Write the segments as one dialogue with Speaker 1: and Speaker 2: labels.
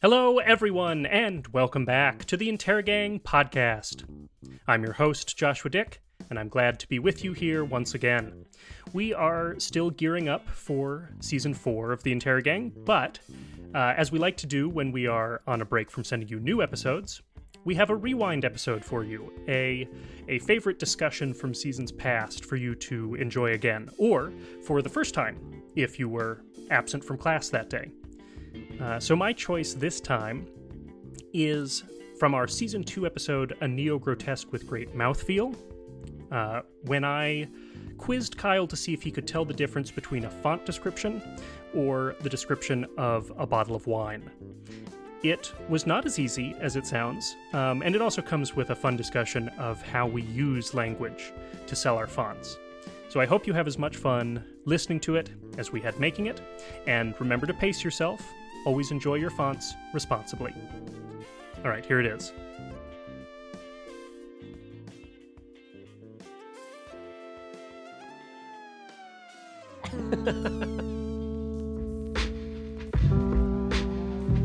Speaker 1: Hello, everyone, and welcome back to the Intergang podcast. I'm your host, Joshua Dick, and I'm glad to be with you here once again. We are still gearing up for season four of the Intergang, but uh, as we like to do when we are on a break from sending you new episodes, we have a rewind episode for you, a a favorite discussion from seasons past for you to enjoy again, or for the first time if you were absent from class that day. Uh, so my choice this time is from our season two episode, A Neo Grotesque with Great Mouthfeel. Uh, when I quizzed Kyle to see if he could tell the difference between a font description or the description of a bottle of wine. It was not as easy as it sounds, um, and it also comes with a fun discussion of how we use language to sell our fonts. So I hope you have as much fun listening to it as we had making it, and remember to pace yourself. Always enjoy your fonts responsibly. All right, here it is.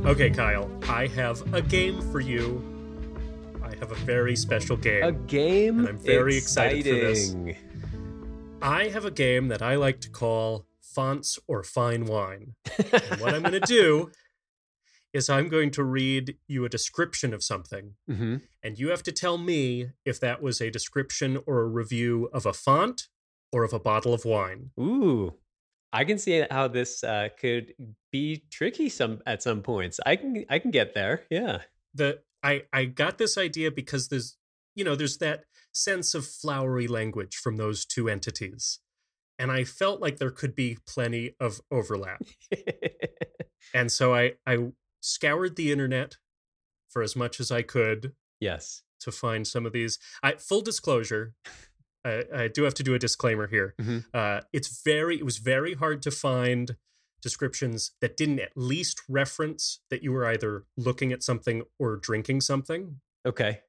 Speaker 1: Okay, Kyle, I have a game for you. I have a very special game.
Speaker 2: A game.
Speaker 1: And I'm very excited for this.
Speaker 2: Exciting.
Speaker 1: I have a game that I like to call Fonts or Fine Wine. And what I'm going to do is I'm going to read you a description of something,
Speaker 2: Mhm.
Speaker 1: and you have to tell me if that was a description or a review of a font or of a bottle of wine.
Speaker 2: Ooh, I can see how this uh, could be tricky some at some points. I can I can get there. Yeah.
Speaker 1: The I I got this idea because there's you know there's that sense of flowery language from those two entities. And I felt like there could be plenty of overlap. And so I I scoured the internet for as much as I could
Speaker 2: yes.
Speaker 1: to find some of these. I, full disclosure, I, I do have to do a disclaimer here.
Speaker 2: Mhm.
Speaker 1: Uh, it's very it was very hard to find descriptions that didn't at least reference that you were either looking at something or drinking something.
Speaker 2: Okay.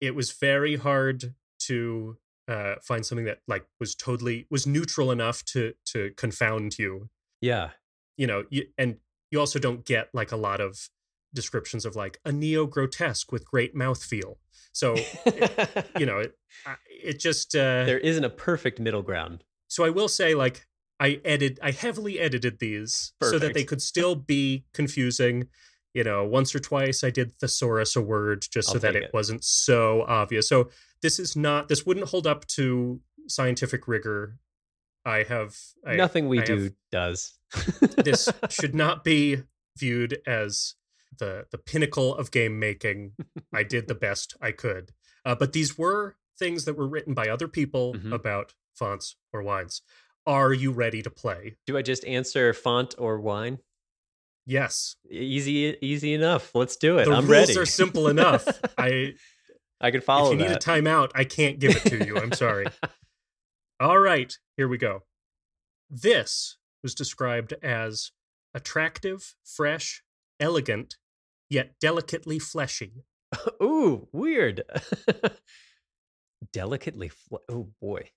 Speaker 1: It was very hard to uh, find something that like was totally was neutral enough to to confound you
Speaker 2: Yeah.
Speaker 1: you know, you, and you also don't get like a lot of descriptions of like a neo grotesque with great mouthfeel. So, you know, it, I- it just, uh,
Speaker 2: there isn't a perfect middle ground.
Speaker 1: so I will say like I edit, I heavily edited these so that they
Speaker 2: Perfect.
Speaker 1: could still be confusing. You know, once or twice I did thesaurus a word just so
Speaker 2: I'll
Speaker 1: that
Speaker 2: take
Speaker 1: it
Speaker 2: it.
Speaker 1: wasn't so obvious. So this is not, this wouldn't hold up to scientific rigor. I have, I,
Speaker 2: Nothing we
Speaker 1: I have-
Speaker 2: do does.
Speaker 1: this should not be viewed as the the pinnacle of game making. I did the best I could, uh, but these were things that were written by other people
Speaker 2: Mhm.
Speaker 1: about fonts or wines. Are you ready to play?
Speaker 2: do I just answer font or wine? E-,
Speaker 1: Yes,
Speaker 2: Easy, easy enough. Let's do it.
Speaker 1: the
Speaker 2: I'm
Speaker 1: rules
Speaker 2: ready.
Speaker 1: are simple enough. I
Speaker 2: I can
Speaker 1: if
Speaker 2: follow
Speaker 1: you need
Speaker 2: that.
Speaker 1: a timeout, I can't give it to you. I'm sorry. All right, here we go. This was described as attractive, fresh, elegant, yet delicately fleshy.
Speaker 2: Ooh, weird. Delicately. Fl- oh boy,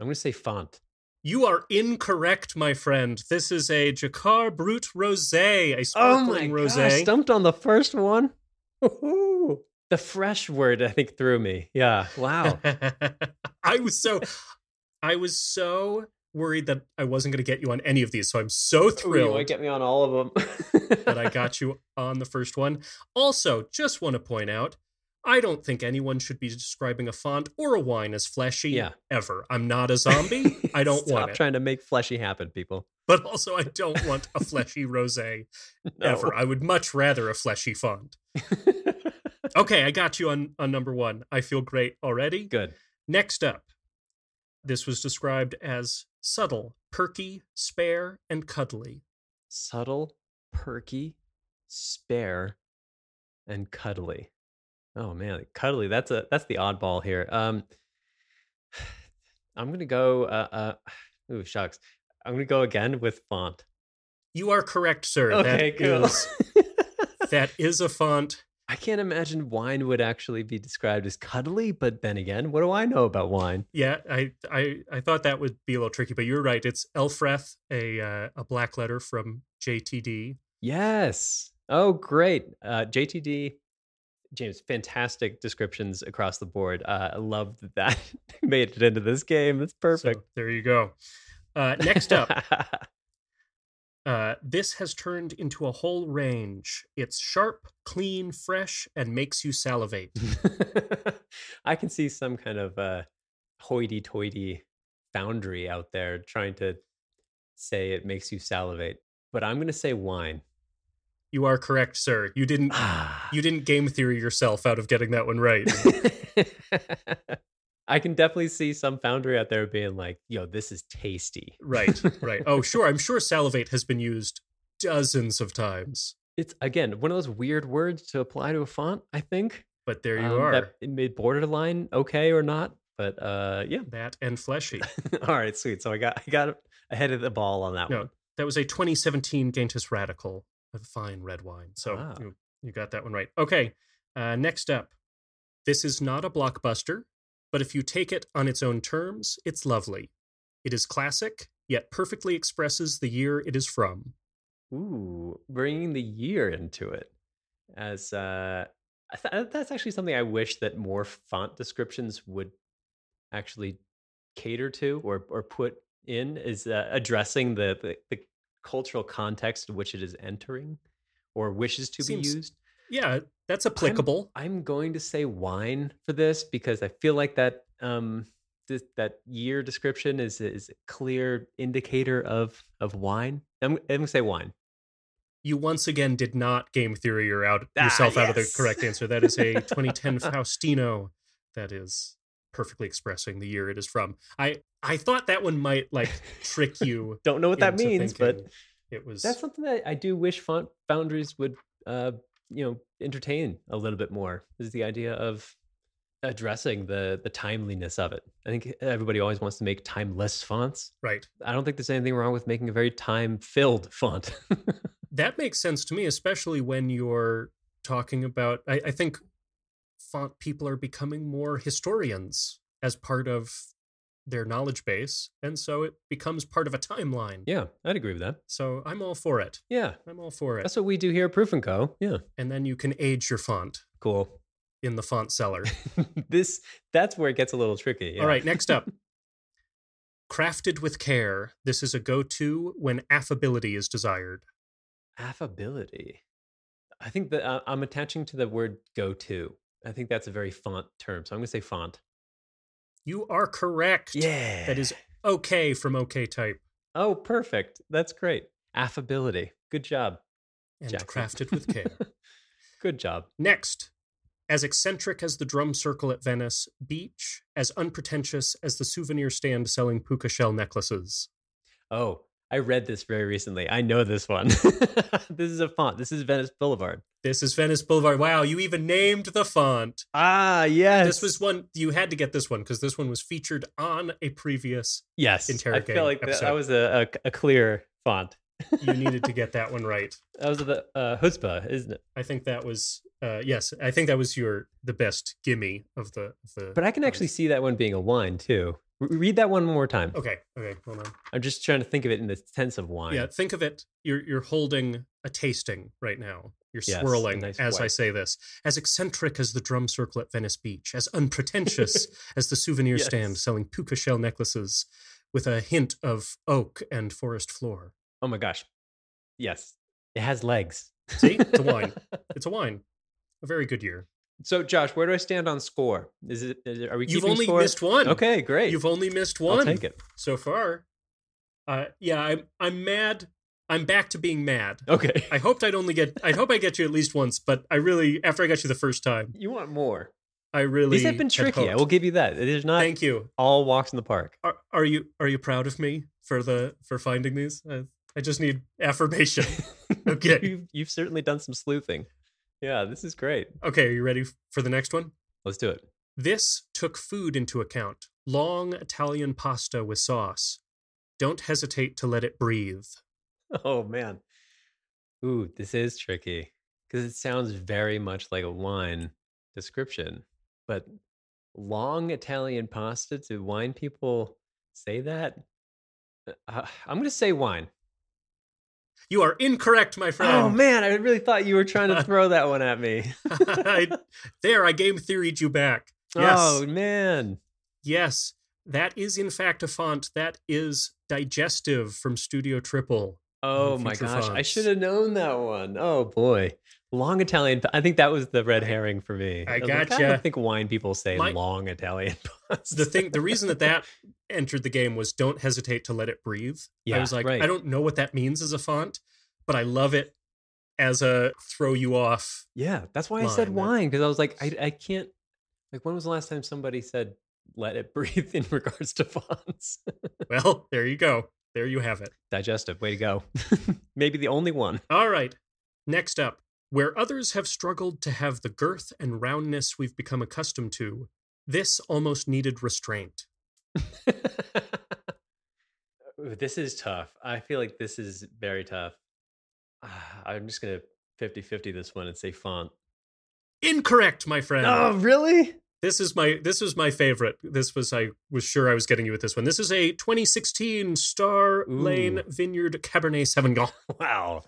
Speaker 2: I'm gonna say font.
Speaker 1: You are incorrect, my friend. This is a Jacquard Brut
Speaker 2: Oh
Speaker 1: Rosé, a sparkling rosé.
Speaker 2: Stumped on the first one. Woohoo. The fresh word I think threw me. Yeah. Wow.
Speaker 1: I was so, I was so worried that I wasn't going to get you on any of these. So I'm so
Speaker 2: Threw
Speaker 1: thrilled
Speaker 2: you. Get me on all of them.
Speaker 1: that I got you on the first one. Also, just want to point out, I don't think anyone should be describing a font or a wine as fleshy
Speaker 2: Yeah.
Speaker 1: ever. I'm not a zombie. I don't
Speaker 2: Stop
Speaker 1: want it.
Speaker 2: trying to make fleshy happen, people.
Speaker 1: but also, I don't want a fleshy rosé
Speaker 2: No.
Speaker 1: ever. I would much rather a fleshy font. Okay, I got you on, on number one. I feel great already.
Speaker 2: Good.
Speaker 1: Next up, this was described as subtle, perky, spare, and cuddly.
Speaker 2: Subtle, perky, spare, and cuddly. Oh man, cuddly. That's a that's the oddball here. Um, I'm gonna go. Uh, uh, ooh, shucks. I'm gonna go again with font.
Speaker 1: You are correct, sir.
Speaker 2: Okay,
Speaker 1: That
Speaker 2: cool.
Speaker 1: is- that is a font.
Speaker 2: I can't imagine wine would actually be described as cuddly, but then again, what do I know about wine?
Speaker 1: Yeah, I, I I thought that would be a little tricky, but you're right. It's Elfreth, a uh, a black letter from JTD,
Speaker 2: Yes. Oh, great. Uh, JTD, James, fantastic descriptions across the board. Uh, I love that that made it into this game. It's perfect.
Speaker 1: So there you go. Uh, next up, Uh, this has turned into a whole range. It's sharp, clean, fresh, and makes you salivate.
Speaker 2: I can see some kind of uh, hoity toity foundry out there trying to say it makes you salivate, but I'm going to say wine. Ah.
Speaker 1: You are correct, sir. You didn't you didn't game theory yourself out of getting that one right.
Speaker 2: I can definitely see some foundry out there being like, yo, this is tasty.
Speaker 1: right, right. Oh, sure. I'm sure salivate has been used dozens of times.
Speaker 2: It's, again, one of those weird words to apply to a font, I think.
Speaker 1: But there you
Speaker 2: Um,
Speaker 1: are.
Speaker 2: That it made borderline okay or not. But uh, yeah.
Speaker 1: that and fleshy.
Speaker 2: All right, sweet. So I got I got ahead of the ball on that
Speaker 1: No,
Speaker 2: one.
Speaker 1: that was a 2017 Gaintis Radical, a fine red wine. So
Speaker 2: Ah.
Speaker 1: you, you got that one right. Okay, uh, next up. This is not a blockbuster, but if you take it on its own terms, it's lovely. It is classic, yet perfectly expresses the year it is from.
Speaker 2: Ooh, bringing the year into it as uh, I th- that's actually something I wish that more font descriptions would actually cater to or or put in is uh, addressing the, the the cultural context in which it is entering or wishes to
Speaker 1: Seems-
Speaker 2: be used.
Speaker 1: Yeah, that's applicable.
Speaker 2: I'm going to say wine for this because I feel like that um this, that year description is is a clear indicator of of wine. I'm, I'm gonna say wine.
Speaker 1: you once again did not game theory your out,
Speaker 2: Ah,
Speaker 1: yourself out of the
Speaker 2: yes.
Speaker 1: correct answer. That is a 2010 Faustino. That is perfectly expressing the year it is from. I I thought that one might like trick you.
Speaker 2: Don't know what that
Speaker 1: into
Speaker 2: means, but
Speaker 1: thinking it was
Speaker 2: that's something that I do wish font boundaries would uh you know entertain a little bit more. Is the idea of addressing the the timeliness of it. I think everybody always wants to make timeless fonts.
Speaker 1: right.
Speaker 2: I don't think there's anything wrong with making a very time filled font.
Speaker 1: That makes sense to me, especially when you're talking about. I, I think font people are becoming more historians as part of their knowledge base, and so it becomes part of a timeline.
Speaker 2: yeah, I'd agree with that.
Speaker 1: So I'm all for it.
Speaker 2: Yeah.
Speaker 1: I'm all for it.
Speaker 2: That's what we do here at Proof and Co. Yeah,
Speaker 1: and then you can age your font
Speaker 2: cool.
Speaker 1: in the font seller.
Speaker 2: this that's where it gets a little tricky. yeah.
Speaker 1: All right, next up. Crafted with care. This is a go to when affability is desired.
Speaker 2: affability. I think that uh, I'm attaching to the word "go to." I think that's a very font term, so I'm going to say font.
Speaker 1: You are correct.
Speaker 2: Yeah,
Speaker 1: That is okay from OK Type
Speaker 2: Oh, perfect. That's great. Affability. Good job.
Speaker 1: and
Speaker 2: Jackson.
Speaker 1: crafted with care.
Speaker 2: Good job.
Speaker 1: next. As eccentric as the drum circle at Venice Beach, as unpretentious as the souvenir stand selling puka shell necklaces.
Speaker 2: Oh, I read this very recently. I know this one. this is a font. This is Venice Boulevard.
Speaker 1: This is Venice Boulevard. Wow, you even named the font.
Speaker 2: Ah, yes.
Speaker 1: This was one you had to get this one because this one was featured on a previous
Speaker 2: yes. I
Speaker 1: interrogate
Speaker 2: feel like that,
Speaker 1: episode.
Speaker 2: that was a, a, a clear font.
Speaker 1: you needed to get that one right.
Speaker 2: That was the uh, chutzpah, isn't it?
Speaker 1: I think that was uh, yes. I think that was your the best gimme of the of the.
Speaker 2: But I can actually see that one being a wine too. Re- read that one more time.
Speaker 1: okay, okay, hold on.
Speaker 2: I'm just trying to think of it in the sense of wine.
Speaker 1: Yeah, think of it. You're you're holding a tasting right now. You're
Speaker 2: Yes, a
Speaker 1: swirling
Speaker 2: nice
Speaker 1: as I
Speaker 2: white.
Speaker 1: say this. As eccentric as the drum circle at Venice Beach, as unpretentious as the souvenir stand
Speaker 2: Yes.
Speaker 1: selling puka shell necklaces, with a hint of oak and forest floor.
Speaker 2: Oh my gosh. Yes. It has legs.
Speaker 1: See, it's a wine. It's a wine. A very good year.
Speaker 2: So, Josh, where do I stand on score? Is it? Is it are we?
Speaker 1: You've
Speaker 2: keeping
Speaker 1: only
Speaker 2: score?
Speaker 1: missed one.
Speaker 2: Okay, great.
Speaker 1: You've only missed one.
Speaker 2: I'll take it.
Speaker 1: so far. Uh, yeah, I'm I'm mad. I'm back to being mad.
Speaker 2: Okay.
Speaker 1: I hoped I'd only get. I hope I get you at least once, but I really, after I got you the first time,
Speaker 2: you want more?
Speaker 1: I really.
Speaker 2: These have been
Speaker 1: had
Speaker 2: tricky. I
Speaker 1: hoped.
Speaker 2: will give you that. It is not
Speaker 1: Thank you.
Speaker 2: all walks in the park.
Speaker 1: Are, are you are you proud of me for the for finding these? I, I just need affirmation. Okay.
Speaker 2: you've, you've certainly done some sleuthing. Yeah, this is great.
Speaker 1: okay, are you ready for the next one?
Speaker 2: Let's do it.
Speaker 1: This took food into account. Long Italian pasta with sauce. Don't hesitate to let it breathe.
Speaker 2: Oh man. Ooh, this is tricky because it sounds very much like a wine description, but long Italian pasta. Do wine uh, people say that? Uh, I'm going to say wine.
Speaker 1: You are incorrect, my friend.
Speaker 2: Oh man, I really thought you were trying to throw that one at me.
Speaker 1: I, there, I game theoried you back. Yes.
Speaker 2: Oh man.
Speaker 1: Yes, that is in fact a font that is digestive from Studio Triple.
Speaker 2: Oh my
Speaker 1: future
Speaker 2: gosh, I
Speaker 1: fonts.
Speaker 2: should have known that one. Oh boy. Long Italian. I think that was the red herring for me.
Speaker 1: I
Speaker 2: was like, I
Speaker 1: gotcha.
Speaker 2: don't think wine people say
Speaker 1: My-
Speaker 2: long Italian puns.
Speaker 1: The thing, the reason that that entered the game was don't hesitate to let it breathe. I
Speaker 2: Yeah,
Speaker 1: was like,
Speaker 2: right.
Speaker 1: I don't know what that means as a font, but I love it as a throw you off.
Speaker 2: Yeah, that's why I said
Speaker 1: line that-
Speaker 2: wine because I was like, I, I can't. Like, when was the last time somebody said "let it breathe" in regards to fonts?
Speaker 1: Well, there you go. There you have it.
Speaker 2: Digestive, way to go. Maybe the only one.
Speaker 1: All right. Next up, where others have struggled to have the girth and roundness we've become accustomed to, this almost needed restraint.
Speaker 2: Ooh, Uh, this is tough. I feel like this is very tough. Ah, I'm just gonna 50-50 this one and say font.
Speaker 1: Incorrect, my friend.
Speaker 2: Oh, really?
Speaker 1: This is my this was my favorite. This was I was sure I was getting you with this one. This is a 2016 Star Lane
Speaker 2: Ooh.
Speaker 1: Vineyard Cabernet Sauvignon.
Speaker 2: Wow.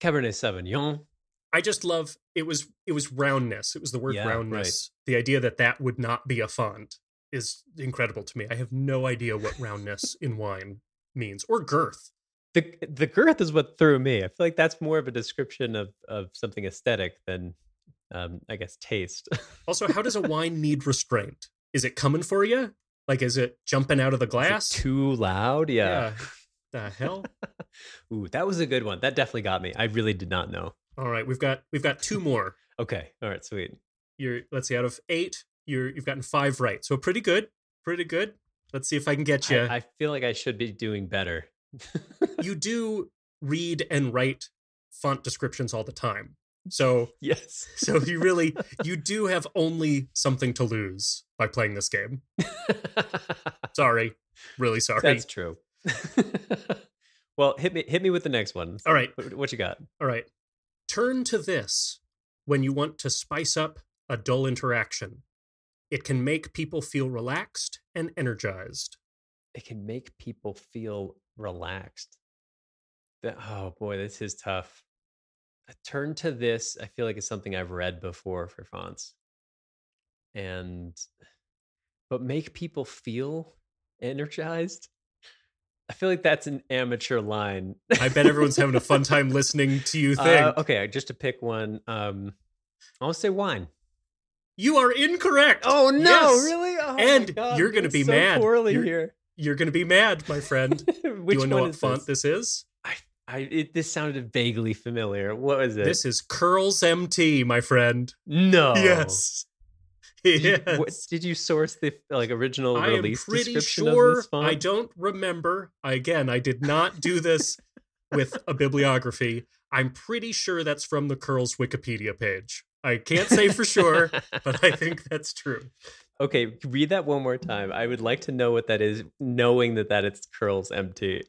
Speaker 2: Cabernet Sauvignon.
Speaker 1: I just love it was it was roundness. It was the word
Speaker 2: Yeah, right.
Speaker 1: roundness. The idea that that would not be a font is incredible to me. I have no idea what roundness in wine means or girth.
Speaker 2: The the girth is what threw me. I feel like that's more of a description of of something aesthetic than, um, I guess, taste.
Speaker 1: Also, how does a wine need restraint? Is it coming for you? Like, is it jumping out of the
Speaker 2: Is it
Speaker 1: glass?
Speaker 2: too loud. Yeah.
Speaker 1: The hell?
Speaker 2: Ooh, that was a good one. That definitely got me. I really did not know.
Speaker 1: All right, we've got we've got two more.
Speaker 2: Okay. All right. Sweet.
Speaker 1: You're let's see, out of eight, you're you've gotten five right. So pretty good, pretty good. Let's see if I can get
Speaker 2: I-
Speaker 1: you.
Speaker 2: I, feel like I should be doing better.
Speaker 1: you do read and write font descriptions all the time, so
Speaker 2: yes.
Speaker 1: so you really you do have only something to lose by playing this game. Sorry, really sorry.
Speaker 2: That's true. well, hit me hit me with the next one.
Speaker 1: all right,
Speaker 2: What, what you got?
Speaker 1: all right. Turn to this when you want to spice up a dull interaction. It can make people feel relaxed and energized.
Speaker 2: It can make people feel relaxed. That, oh boy, this is tough. A turn to this, I feel like it's something I've read before for fonts. And but make people feel energized. I feel like that's an amateur line.
Speaker 1: I bet everyone's having a fun time listening to you think.
Speaker 2: Uh, okay, just to pick one, um, I'll say wine.
Speaker 1: you are incorrect. Yes.
Speaker 2: Oh, really? Oh, my
Speaker 1: And
Speaker 2: God,
Speaker 1: you're gonna
Speaker 2: this
Speaker 1: be
Speaker 2: is so
Speaker 1: mad.
Speaker 2: Poorly
Speaker 1: You're-
Speaker 2: here.
Speaker 1: You're going to be mad, my friend.
Speaker 2: Which
Speaker 1: Do you wanna know
Speaker 2: one
Speaker 1: what
Speaker 2: is
Speaker 1: font
Speaker 2: this?
Speaker 1: this is?
Speaker 2: I, it, this sounded vaguely familiar. What was it?
Speaker 1: This is Curls MT, my friend.
Speaker 2: no.
Speaker 1: Yes.
Speaker 2: Did
Speaker 1: Yes.
Speaker 2: Oh. you, what, did you source the like original
Speaker 1: I am
Speaker 2: release
Speaker 1: pretty
Speaker 2: description of
Speaker 1: sure
Speaker 2: this font?
Speaker 1: I don't remember. Again, I did not do this with a bibliography. I'm pretty sure that's from the Curls Wikipedia page. I can't say for sure, but I think that's true.
Speaker 2: okay, read that one more time. I would like to know what that is, knowing that that it's curls empty.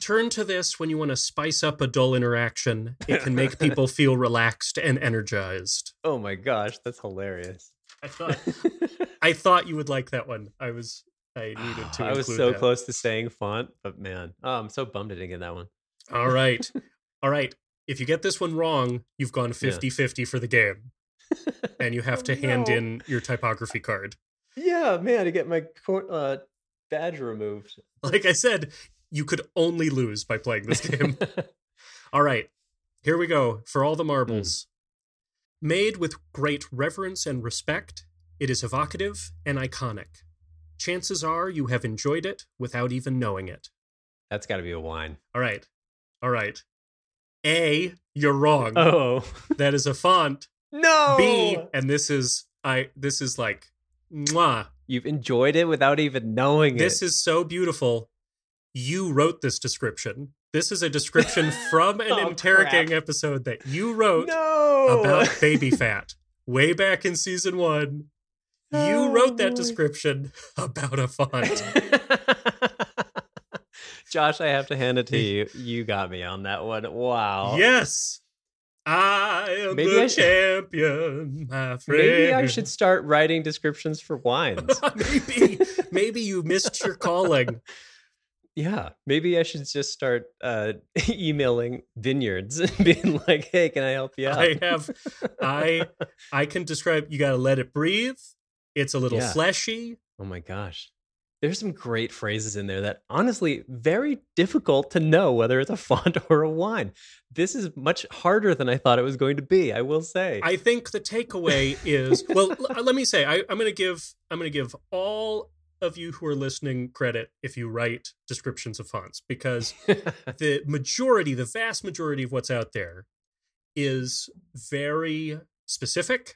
Speaker 1: Turn to this when you want to spice up a dull interaction. It can make people feel relaxed and energized.
Speaker 2: Oh my gosh, that's hilarious.
Speaker 1: I thought I thought you would like that one. I was I needed to.
Speaker 2: I was
Speaker 1: include
Speaker 2: so
Speaker 1: that.
Speaker 2: close to saying font, but man, oh, I'm so bummed I didn't get that one.
Speaker 1: All right. All right. If you get this one wrong, you've gone 50-50 for the game. And you have
Speaker 2: Oh,
Speaker 1: to hand
Speaker 2: no.
Speaker 1: in your typography card.
Speaker 2: Yeah, man, to get my cor- uh, badge removed.
Speaker 1: Like I said, you could only lose by playing this game. all right. Here we go for all the marbles.
Speaker 2: Hmm.
Speaker 1: Made with great reverence and respect, it is evocative and iconic. Chances are you have enjoyed it without even knowing it.
Speaker 2: That's got to be a wine.
Speaker 1: All right. All right. A, you're wrong.
Speaker 2: Oh
Speaker 1: That is a font.
Speaker 2: no!
Speaker 1: B, and this is I this is like mwah.
Speaker 2: You've enjoyed it without even knowing
Speaker 1: This
Speaker 2: it.
Speaker 1: is so beautiful. You wrote this description. This is a description from an
Speaker 2: Oh,
Speaker 1: interrogating
Speaker 2: crap.
Speaker 1: episode that you wrote
Speaker 2: no
Speaker 1: about baby fat way back in season 1. You wrote that
Speaker 2: No.
Speaker 1: description about a font.
Speaker 2: Josh, I have to hand it to you. You got me on that one. Wow.
Speaker 1: Yes. I am
Speaker 2: Maybe
Speaker 1: the
Speaker 2: I should-
Speaker 1: champion, my friend.
Speaker 2: Maybe I should start writing descriptions for wines.
Speaker 1: maybe maybe you missed your calling.
Speaker 2: Yeah, maybe I should just start uh, emailing vineyards and being like, "Hey, can I help you out?"
Speaker 1: I have- I I can describe you got to let it breathe. It's a little
Speaker 2: Yeah.
Speaker 1: fleshy.
Speaker 2: Oh my gosh. There's some great phrases in there that honestly very difficult to know whether it's a font or a wine. This is much harder than I thought it was going to be, I will say.
Speaker 1: I think the takeaway is well. l- uh, let me say I, I'm going to give I'm going to give all of you who are listening credit if you write descriptions of fonts because the majority, the vast majority of what's out there is very specific.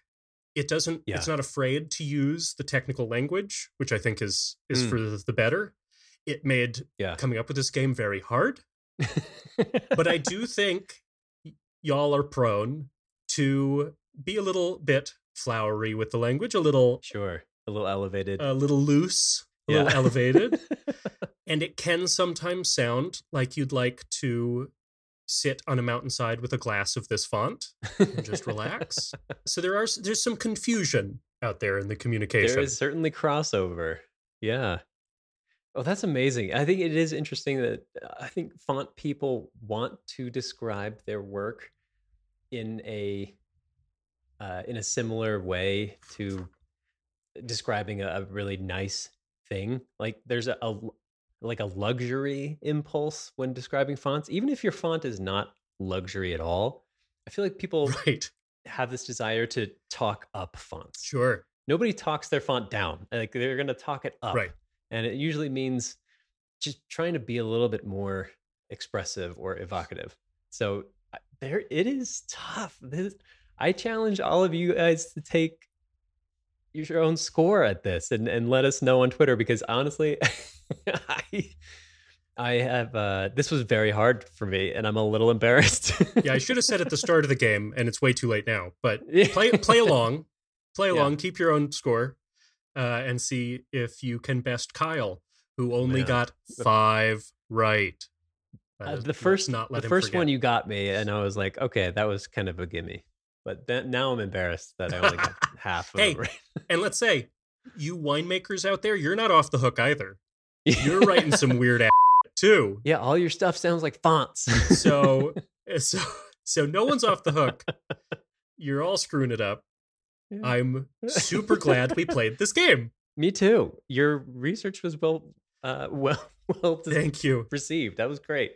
Speaker 1: It doesn't
Speaker 2: Yeah.
Speaker 1: it's not afraid to use the technical language, which I think is is
Speaker 2: Mm.
Speaker 1: for the the better. It made
Speaker 2: yeah.
Speaker 1: coming up with this game very hard, but I do think y- y'all are prone to be a little bit flowery with the language, a little
Speaker 2: sure. A little elevated.
Speaker 1: a little loose, a little
Speaker 2: Yeah.
Speaker 1: elevated. and it can sometimes sound like you'd like to sit on a mountainside with a glass of this font and just relax. so there are there's some confusion out there in the communication.
Speaker 2: There is certainly crossover. Yeah. Oh, that's amazing. I think it is interesting that uh, I think font people want to describe their work in a uh, in a similar way to describing a, a really nice thing. Like there's a, a l- like a luxury impulse when describing fonts, even if your font is not luxury at all. I feel like people
Speaker 1: right.
Speaker 2: have this desire to talk up fonts
Speaker 1: Sure.
Speaker 2: nobody talks their font down. Like they're going to talk it up.
Speaker 1: Right.
Speaker 2: And it usually means just trying to be a little bit more expressive or evocative. So I- there it is tough. This, I challenge all of you guys to take your own score at this and, and let us know on Twitter because honestly, I I have uh this was very hard for me and I'm a little embarrassed.
Speaker 1: Yeah, I should have said at the start of the game and it's way too late now, but play play along. Play
Speaker 2: Yeah.
Speaker 1: along, keep your own score uh, and see if you can best Kyle who only
Speaker 2: Man.
Speaker 1: got 5 right. That
Speaker 2: Uh,
Speaker 1: is-
Speaker 2: the
Speaker 1: let's
Speaker 2: first,
Speaker 1: not let
Speaker 2: the
Speaker 1: him
Speaker 2: first
Speaker 1: forget.
Speaker 2: one you got me, and I was like, okay, that was kind of a gimme. But then, now I'm embarrassed that I only got half. Of
Speaker 1: Hey,
Speaker 2: it right.
Speaker 1: And let's say you winemakers out there, you're not off the hook either. You're writing some weird ass too.
Speaker 2: yeah, all your stuff sounds like fonts.
Speaker 1: So eh, so so no one's off the hook. You're all screwing it up.
Speaker 2: Yeah.
Speaker 1: I'm super glad we played this game.
Speaker 2: me too. Your research was well, uh, well, well
Speaker 1: Thank you.
Speaker 2: received. That was great.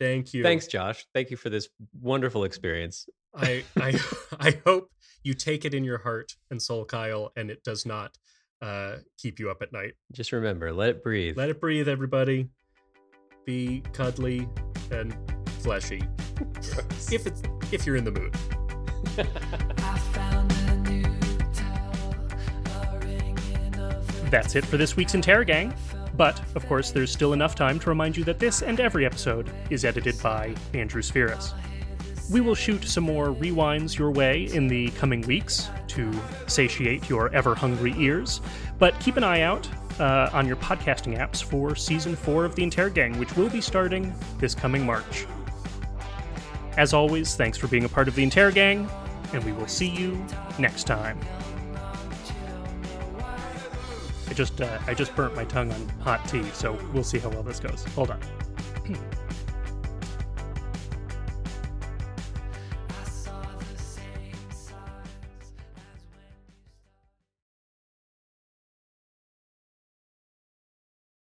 Speaker 1: Thank you.
Speaker 2: Thanks, Josh. Thank you for this wonderful experience.
Speaker 1: I I I hope you take it in your heart and soul, Kyle, and it does not uh keep you up at night.
Speaker 2: Just remember, let it breathe.
Speaker 1: Let it breathe, everybody. Be cuddly and fleshy. If it's if you're in the mood.
Speaker 3: I found a new towel, a ring in a
Speaker 4: That's it for this week's Interrogang. But, of course, there's still enough time to remind you that this and every episode is edited by Andrew Spheris. We will shoot some more rewinds your way in the coming weeks to satiate your ever hungry ears, but keep an eye out uh, on your podcasting apps for season four of the Interrogang, which will be starting this coming March. As always, thanks for being a part of the Interrogang, and we will see you next time. I just uh, I just burnt my tongue on hot tea, so we'll see how well this goes. Hold on.